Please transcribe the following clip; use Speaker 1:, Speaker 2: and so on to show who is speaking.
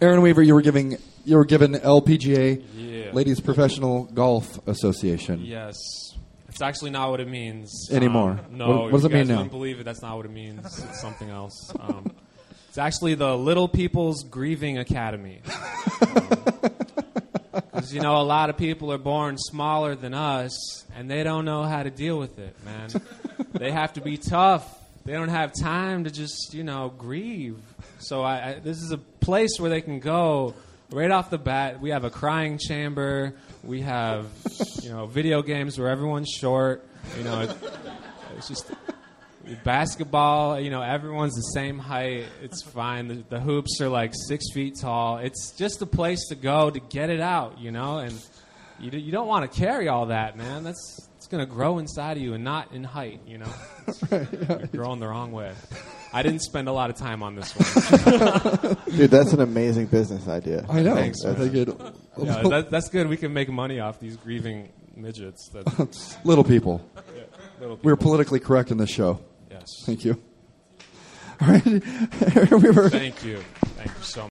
Speaker 1: Aaron Weaver, you were giving you were given LPGA,
Speaker 2: Yeah.
Speaker 1: Ladies Professional Golf Association.
Speaker 2: Yes. It's actually not what it means
Speaker 1: Anymore.
Speaker 2: Um, no,
Speaker 1: What- what does
Speaker 2: if
Speaker 1: it
Speaker 2: you
Speaker 1: mean
Speaker 2: guys
Speaker 1: now?
Speaker 2: wouldn't believe it. That's not what it means. It's something else. Um, it's actually the Little People's Grieving Academy. Because you know, a lot of people are born smaller than us, and they don't know how to deal with it, man. they have to be tough. They don't have time to just you know grieve. So I, I, this is a place where they can go right off the bat. We have a crying chamber. We have you know video games where everyone's short. You know, it, it's just basketball. You know, everyone's the same height. It's fine. The, the hoops are like six feet tall. It's just a place to go to get it out. You know, and you, d- you don't want to carry all that, man. That's it's gonna grow inside of you and not in height. You know, you're growing the wrong way. I didn't spend a lot of time on this one.
Speaker 3: Dude, that's an amazing business idea.
Speaker 1: I know.
Speaker 3: Thanks,
Speaker 1: I
Speaker 3: man.
Speaker 1: think it,
Speaker 2: Yeah, that, that's good. We can make money off these grieving midgets. That,
Speaker 1: little people.
Speaker 2: little people.
Speaker 1: We're politically correct in this show.
Speaker 2: Yes.
Speaker 1: Thank you. All right, Aaron Weaver.
Speaker 2: Thank you. Thank you so much.